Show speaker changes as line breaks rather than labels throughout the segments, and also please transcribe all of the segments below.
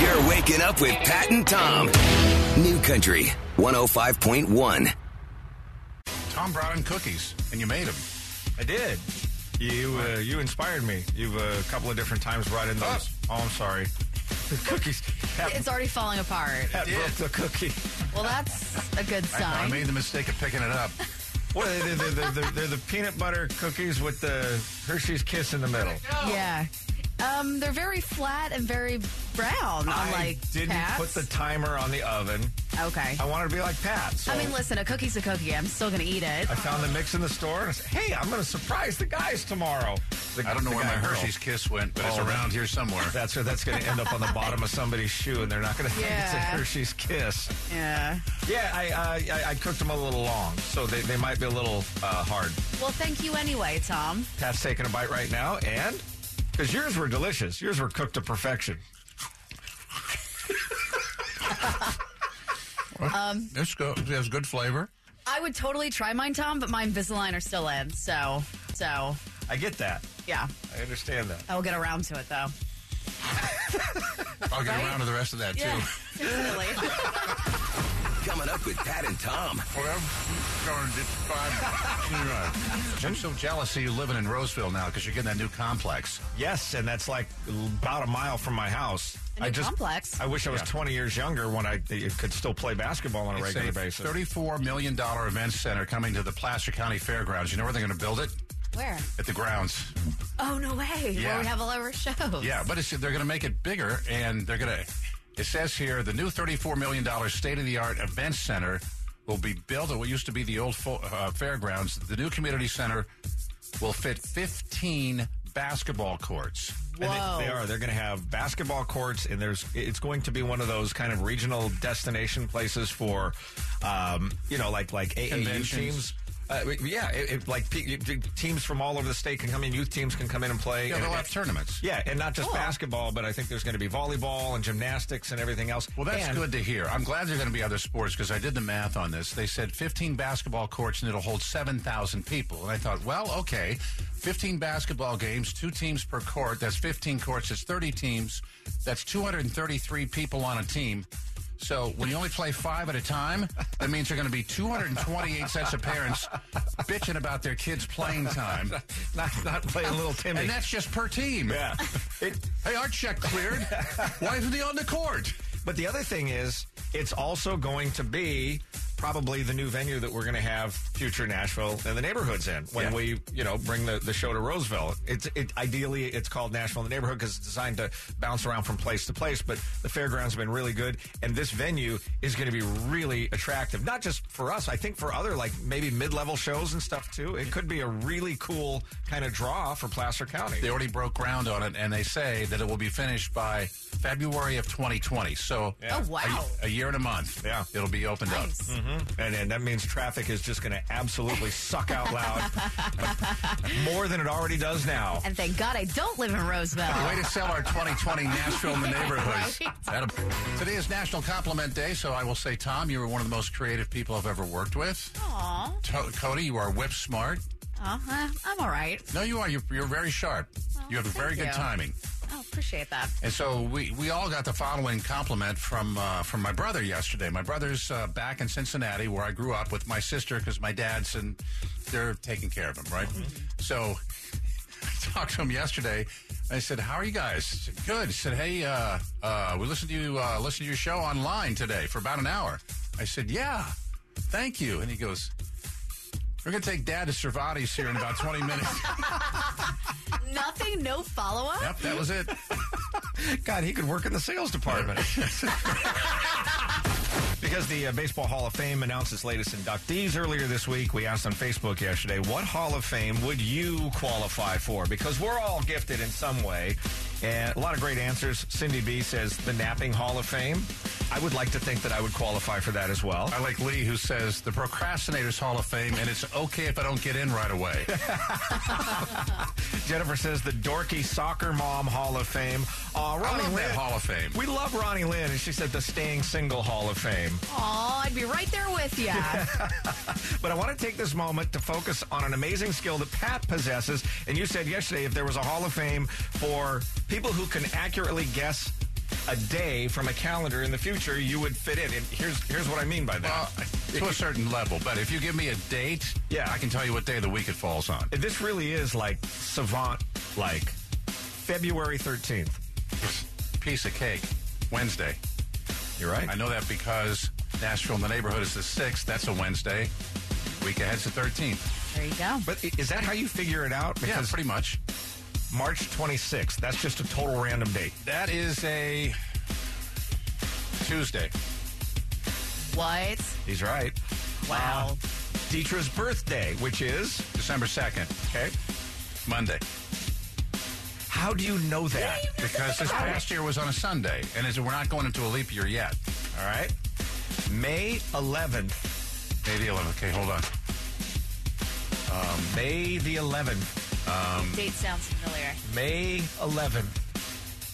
You're waking up with Pat and Tom. New Country 105.1.
Tom brought in cookies, and you made them.
I did. You uh, you inspired me. You've uh, a couple of different times brought in those. Oh, I'm sorry. The cookies. Pat,
It's already falling apart.
Pat broke the cookie.
Well, that's a good
I, I
sign.
made the mistake of picking it up.
What are they? They're, they're, they're, they're the peanut butter cookies with the Hershey's Kiss in the middle.
Yeah. Um, they're very flat and very brown.
I
I'm like,
didn't
Pat's.
put the timer on the oven.
okay.
I wanted to be like Pat. So
I mean, listen, a cookie's a cookie. I'm still gonna eat it.
I found the mix in the store, and I said, "Hey, I'm going to surprise the guys tomorrow." The-
I don't know
the
where my
guy and girl.
Hershey's kiss went, but it's
Oh,
around
that-
here somewhere.
That's where that's going to end up on the bottom of somebody's shoe, and they're not going to think it's a
Yeah.
Hershey's Kiss.
Yeah.
Yeah, I, uh, I I cooked them a little long, so they, they might be a little uh, hard.
Well, thank you anyway, Tom.
Pat's taking a bite right now, and because yours were delicious, yours were cooked to perfection.
It's good. It has good flavor.
I would totally try mine, Tom, but my Invisalign are still in. So, so
I get that.
yeah,
I understand that.
I will get around to it though.
I'll get around to the rest of that
Yeah.
too.
Really.
Coming up with Pat and Tom.
Well, darn it, fine.
I'm so jealous of you living in Roseville now because you're getting that new complex.
Yes, and that's like about a mile from my house.
A new complex.
I wish I was 20 years younger when I th- could still play basketball on a
It's
regular
a
basis.
thirty-four million dollar event center coming to the Placer County Fairgrounds. You know where they're going to build it?
Where?
At the grounds.
Oh no way.
Yeah.
Where we have all our shows.
Yeah, but it's, they're going to make it bigger, and they're going to. It says here the new thirty-four million dollar state-of-the-art event center will be built at what used to be the old fo- uh, fairgrounds. The new community center will fit fifteen basketball courts.
And
Whoa.
They, they are. They're going to have basketball courts, and there's. It's going to be one of those kind of regional destination places for, um, you know, like like AAU
Conventions.
teams. Uh, yeah, it, it, like pe- teams from all over the state can come in. Youth teams can come in and play.
Yeah,
and,
they'll have tournaments.
yeah, and not just basketball, but I think there's going to be volleyball and gymnastics and everything else.
Well, that's
And-
good to hear. I'm glad there's going to be other sports because I did the math on this. They said 15 basketball courts and it'll hold 7,000 people. And I thought, well, okay, 15 basketball games, two teams per court. That's 15 courts. That's 30 teams. That's 233 people on a team. So when you only play five at a time, that means there are going to be 228 sets of parents bitching about their kids' playing time.
Not not playing little Timmy.
And that's just per team.
yeah. It,
Hey, our check cleared. Why isn't he on the court?
But the other thing is, it's also going to be probably the new venue that we're going to have future Nashville and the neighborhoods in when
Yeah.
we, you know, bring the, the show to Roseville. It's it, ideally it's called Nashville in the neighborhood because it's designed to bounce around from place to place. But the fairgrounds have been really good, and this venue is going to be really attractive, not just for us. I think for other like maybe mid level shows and stuff too. It could be a really cool kind of draw for Placer County.
They already broke ground on it, and they say that it will be finished by February of 2020. So,
Oh wow.
a, a year and a month.
Yeah.
it'll be opened up.
Nice.
Mm-hmm. And, and that means traffic is just going to absolutely suck out loud more than it already does now.
And thank God I don't live in Roseville.
Way to sell our 2020 Nashville in the neighborhoods.
Right.
That'll- Today is National Compliment Day, so I will say, Tom, you were one of the most creative people I've ever worked with.
Aw.
To- Cody, you are whip smart.
Uh-huh. I'm all right.
No, you are. You're, you're very sharp. you have a
Oh, thank
very good
you.
timing.
Oh, appreciate that.
And so we, we all got the following compliment from uh, from my brother yesterday. My brother's uh, back in Cincinnati, where I grew up with my sister, because my dad's and they're taking care of him, right? So I talked to him yesterday. I said, "How are you guys?" He said, "Good." He said, "Hey, uh, uh, we listened to you uh, listened to your show online today for about an hour." I said, "Yeah, thank you." And he goes, "We're gonna take Dad to Cervati's here in about twenty minutes."
Nothing, no follow-up?
yep, that was it.
God, he could work in the sales department. because the uh, Baseball Hall of Fame announced its latest inductees earlier this week, we asked on Facebook yesterday, what Hall of Fame would you qualify for? Because we're all gifted in some way. And a lot of great answers. Cindy B says the Napping Hall of Fame. I would like to think that I would qualify for that as well.
I like Lee, who says the Procrastinators Hall of Fame, and it's okay if I don't get in right away.
Jennifer says the dorky soccer mom Hall of Fame. Aw,
love
Ronnie
that
Lynn-
Hall of Fame.
We love Ronnie Lynn, and she said the staying single Hall of Fame.
Aw, I'd be right there with you.
But I want to take this moment to focus on an amazing skill that Pat possesses. And you said yesterday if there was a Hall of Fame for people who can accurately guess a day from a calendar in the future you would fit in. And here's here's what I mean by that.
Well, to a certain level, but if you give me a date,
Yeah.
I can tell you what day of the week it falls on.
this really is like savant like February 13th.
Piece of cake, Wednesday.
You're right.
I know that because Nashville in the neighborhood is the sixth. That's a Wednesday. Week ahead's the thirteenth.
There you go.
But i- is that how you figure it out?
Yeah,
Because
pretty much.
March 26th, that's just a total random date.
That is a Tuesday.
What?
He's right.
Wow.
Dietra's birthday, which is
December second,
okay.
Monday.
How do you know that?
Because this past year was on a Sunday, and it's, we're not going into a leap year yet.
All right. May 11th.
May the 11th. Okay, hold on.
May the 11th.
Date sounds familiar.
May 11th.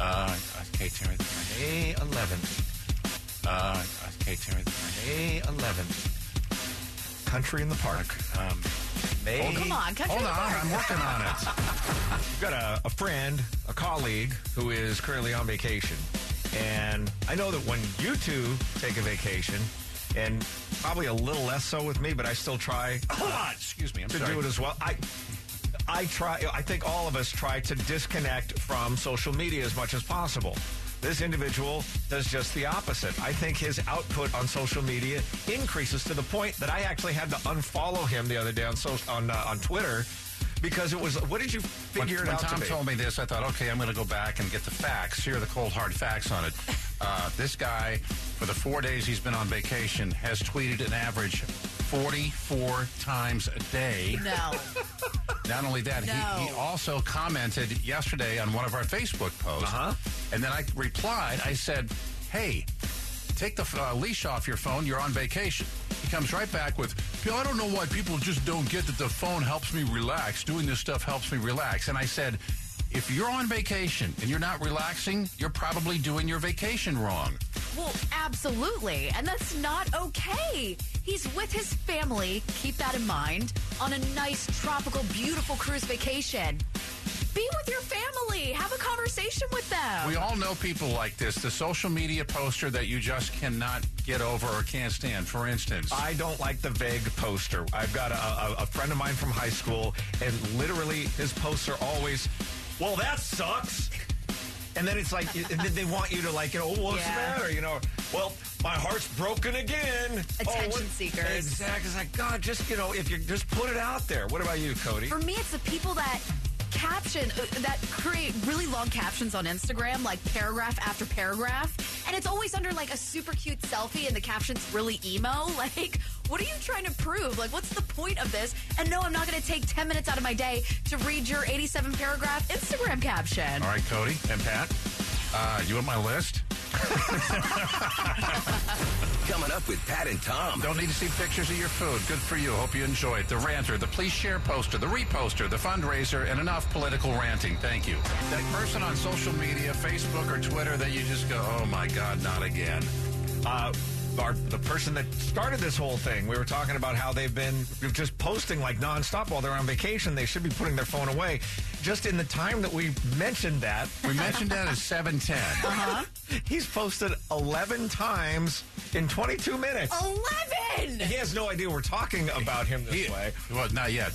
Uh, okay, Timothy.
May 11th.
Uh, okay, Timothy.
May 11th. Country in the Park. Um, May.
Oh, come on. Country
Hold on,
Park.
I'm working on it.
I've got a, a friend, a colleague, who is currently on vacation. And I know that when you two take a vacation, and probably a little less so with me, but I still try
Hold on. Excuse me. I'm
to
sorry.
do it as well. I I try I think all of us try to disconnect from social media as much as possible. This individual does just the opposite. I think his output on social media increases to the point that I actually had to unfollow him the other day on so, on uh, on Twitter because it was what did you
when,
figure it
when
out
Tom
to be?
told me this, I thought, okay, I'm going to go back and get the facts. Here are the cold, hard facts on it. Uh, this guy, for the four days he's been on vacation, has tweeted an average 44 times a day.
No.
Not only that, he, he
No.
also commented yesterday on one of our Facebook posts.
Uh-huh.
And then I replied, I said, hey, take the uh, leash off your phone. You're on vacation. He comes right back with, "Bill, I don't know why people just don't get that the phone helps me relax. Doing this stuff helps me relax. And I said, if you're on vacation and you're not relaxing, you're probably doing your vacation wrong.
Well, absolutely. And that's not okay. He's with his family, keep that in mind, on a nice, tropical, beautiful cruise vacation. Be with your family. Have a conversation with them.
We all know people like this. The social media poster that you just cannot get over or can't stand. For instance,
I don't like the vague poster. I've got a, a, a friend of mine from high school, and literally his posts are always, "Well, that sucks." And then it's like, and then they want you to like, you know, "Oh, what's
Yeah.
the matter? You know, well, my heart's broken again. Oh, what-"
Attention seekers.
Exactly. It's like, God, just you know, if you just put it out there. What about you, Cody?
For me, it's the people that caption uh, that create really long captions on Instagram, like paragraph after paragraph, and it's always under like a super cute selfie, and the caption's really emo. Like, what are you trying to prove? Like, what's the point of this? And no, I'm not going to take 10 minutes out of my day to read your 87 paragraph Instagram caption.
All right, Cody and Pat, uh, you on my list?
Coming up with Pat and Tom.
Don't need to see pictures of your food. Good for you. Hope you enjoy it. The ranter, the please share poster, the reposter, the fundraiser, and enough political ranting. Thank you. That person on social media, Facebook or Twitter, that you just go, oh my God, not again.
uh, our, the person that started this whole thing. We were talking about how they've been just posting like nonstop while they're on vacation. They should be putting their phone away. Just in the time that we mentioned that,
We mentioned that at 710.
he's posted 11 times in 22 minutes.
11!
He has no idea we're talking about him this way.
well, not yet.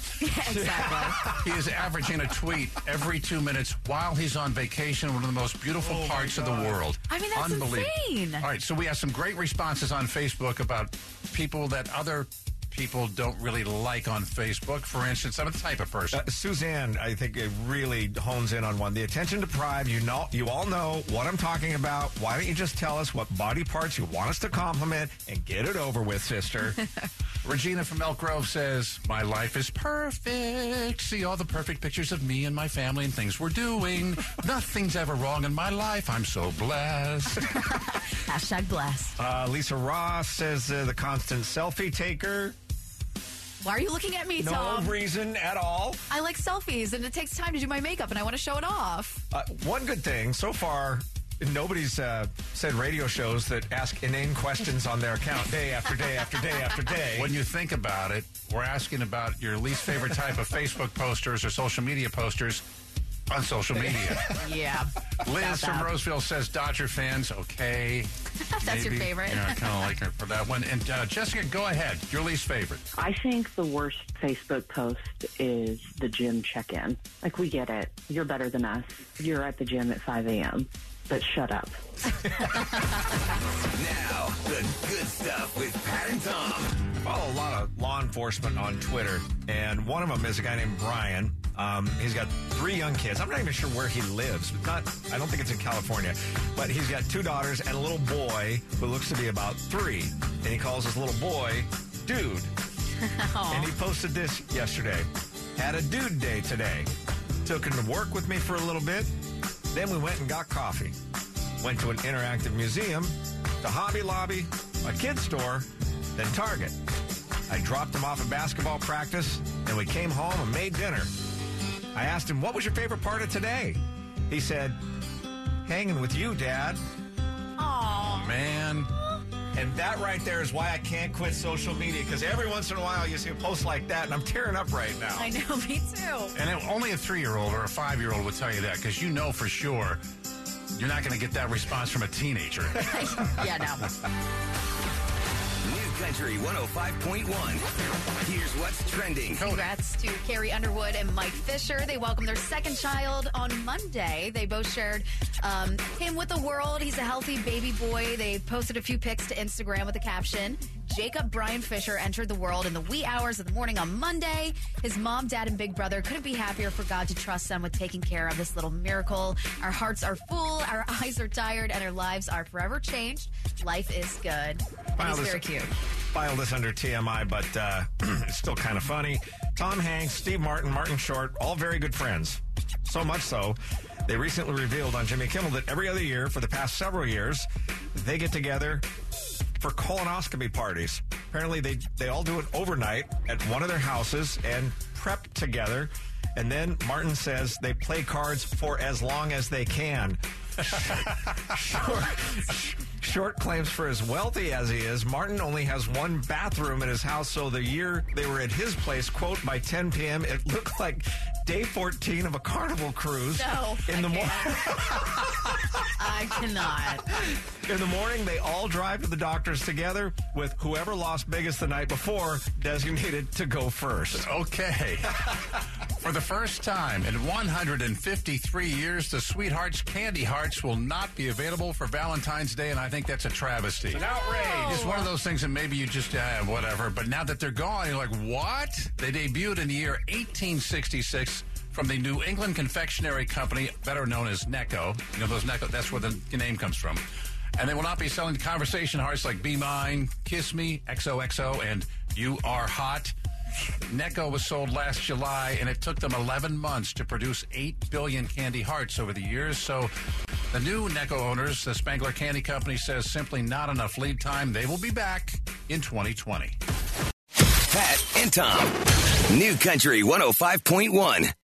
exactly.
He is averaging a tweet every two minutes while he's on vacation, one of the most beautiful parts of the world.
I mean, that's
Unbelievable.
insane.
All right, so we have some great responses on Facebook about people that other people don't really like on Facebook. For instance, I'm a type of person.
Uh, Suzanne, I think it really hones in on one. The attention deprived, you know, you all know what I'm talking about. Why don't you just tell us what body parts you want us to compliment and get it over with, sister?
Regina from Elk Grove says, My life is perfect. See all the perfect pictures of me and my family and things we're doing. Nothing's ever wrong in my life. I'm so blessed.
Hashtag bless.
Uh, Lisa Ross says uh, the constant selfie taker.
Why are you looking at me,
No
Tom?
reason at all.
I like selfies, and it takes time to do my makeup, and I want to show it off.
Uh, one good thing so far, nobody's uh, said radio shows that ask inane questions on their account day after day after day after day.
when you think about it, we're asking about your least favorite type of Facebook posters or social media posters. on social media.
Yeah.
Liz
About
from
that.
Roseville says Dodger fans, okay.
That's your favorite.
Yeah, I kind of like her for that one. And uh, Jessica, go ahead. Your least favorite.
I think the worst Facebook post is the gym check in. Like, we get it. You're better than us. You're at the gym at 5 a.m., but shut up.
Now, the good stuff with Pat and Tom.
follow a lot of law enforcement on Twitter, and one of them is a guy named Brian. Um, he's got three young kids. I'm not even sure where he lives, but not. I don't think it's in California. But he's got two daughters and a little boy who looks to be about three, and he calls his little boy dude. and he posted this yesterday. Had a dude day today. Took him to work with me for a little bit. Then we went and got coffee. Went to an interactive museum, to Hobby Lobby, a kid's store, then Target. I dropped him off at basketball practice, and we came home and made dinner. I asked him, What was your favorite part of today? He said, Hanging with you, Dad.
Man,
And that right there is why I can't quit social media, because every once in a while you see a post like that, and I'm tearing up right now.
I know, me too.
and it, only a three-year-old or a five-year-old would tell you that because you know for sure you're not going to get that response from a teenager.
yeah, no.
New Country 105.1. Here's what's trending.
Congrats to Carrie Underwood and Mike Fisher. They welcomed their second child on Monday. They both shared um, him with the world. He's a healthy baby boy. They posted a few pics to Instagram with the caption Jacob Brian Fisher entered the world in the wee hours of the morning on Monday. His mom, dad, and big brother couldn't be happier for God to trust them with taking care of this little miracle. Our hearts are full, our eyes are tired, and our lives are forever changed. Life is good. And
Filed
he's
this-
very cute.
Filed this under TMI, but uh, it's still kind of funny. Tom Hanks, Steve Martin, Martin Short, all very good friends. So much so, they recently revealed on Jimmy Kimmel that every other year for the past several years, they get together for colonoscopy parties. Apparently, they they all do it overnight at one of their houses and prep together. And then Martin says they play cards for as long as they can. Short, Short claims for as wealthy as he is, Martin only has one bathroom in his house. So the year they were at his place, quote, by 10 p.m., it looked like day 14 of a carnival cruise.
No,
in the
I
morning.
I cannot.
In the morning, they all drive to the doctor's together with whoever lost biggest the night before designated to go first.
Okay. For the first time in 153 years, the Sweethearts Candy Hearts will not be available for Valentine's Day, and I think that's a travesty. It's an outrage. It's one of those things that maybe you just, uh, whatever, but now that they're gone, you're like, what? They debuted in the year 1866 from the New England Confectionery Company, better known as Necco. You know, those Necco, that's where the name comes from. And they will not be selling conversation hearts like Be Mine, Kiss Me, XOXO, and You Are Hot. Necco was sold last July, and it took them 11 months to produce 8 billion candy hearts over the years. So, the new Necco owners, the Spangler Candy Company, says simply not enough lead time. They will be back in 2020.
Pat and Tom. New Country 105.1.